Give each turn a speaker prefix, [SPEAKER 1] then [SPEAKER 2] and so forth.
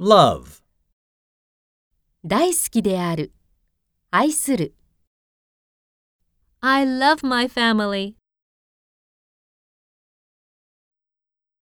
[SPEAKER 1] Love.
[SPEAKER 2] 大好きである、愛する。I love my family.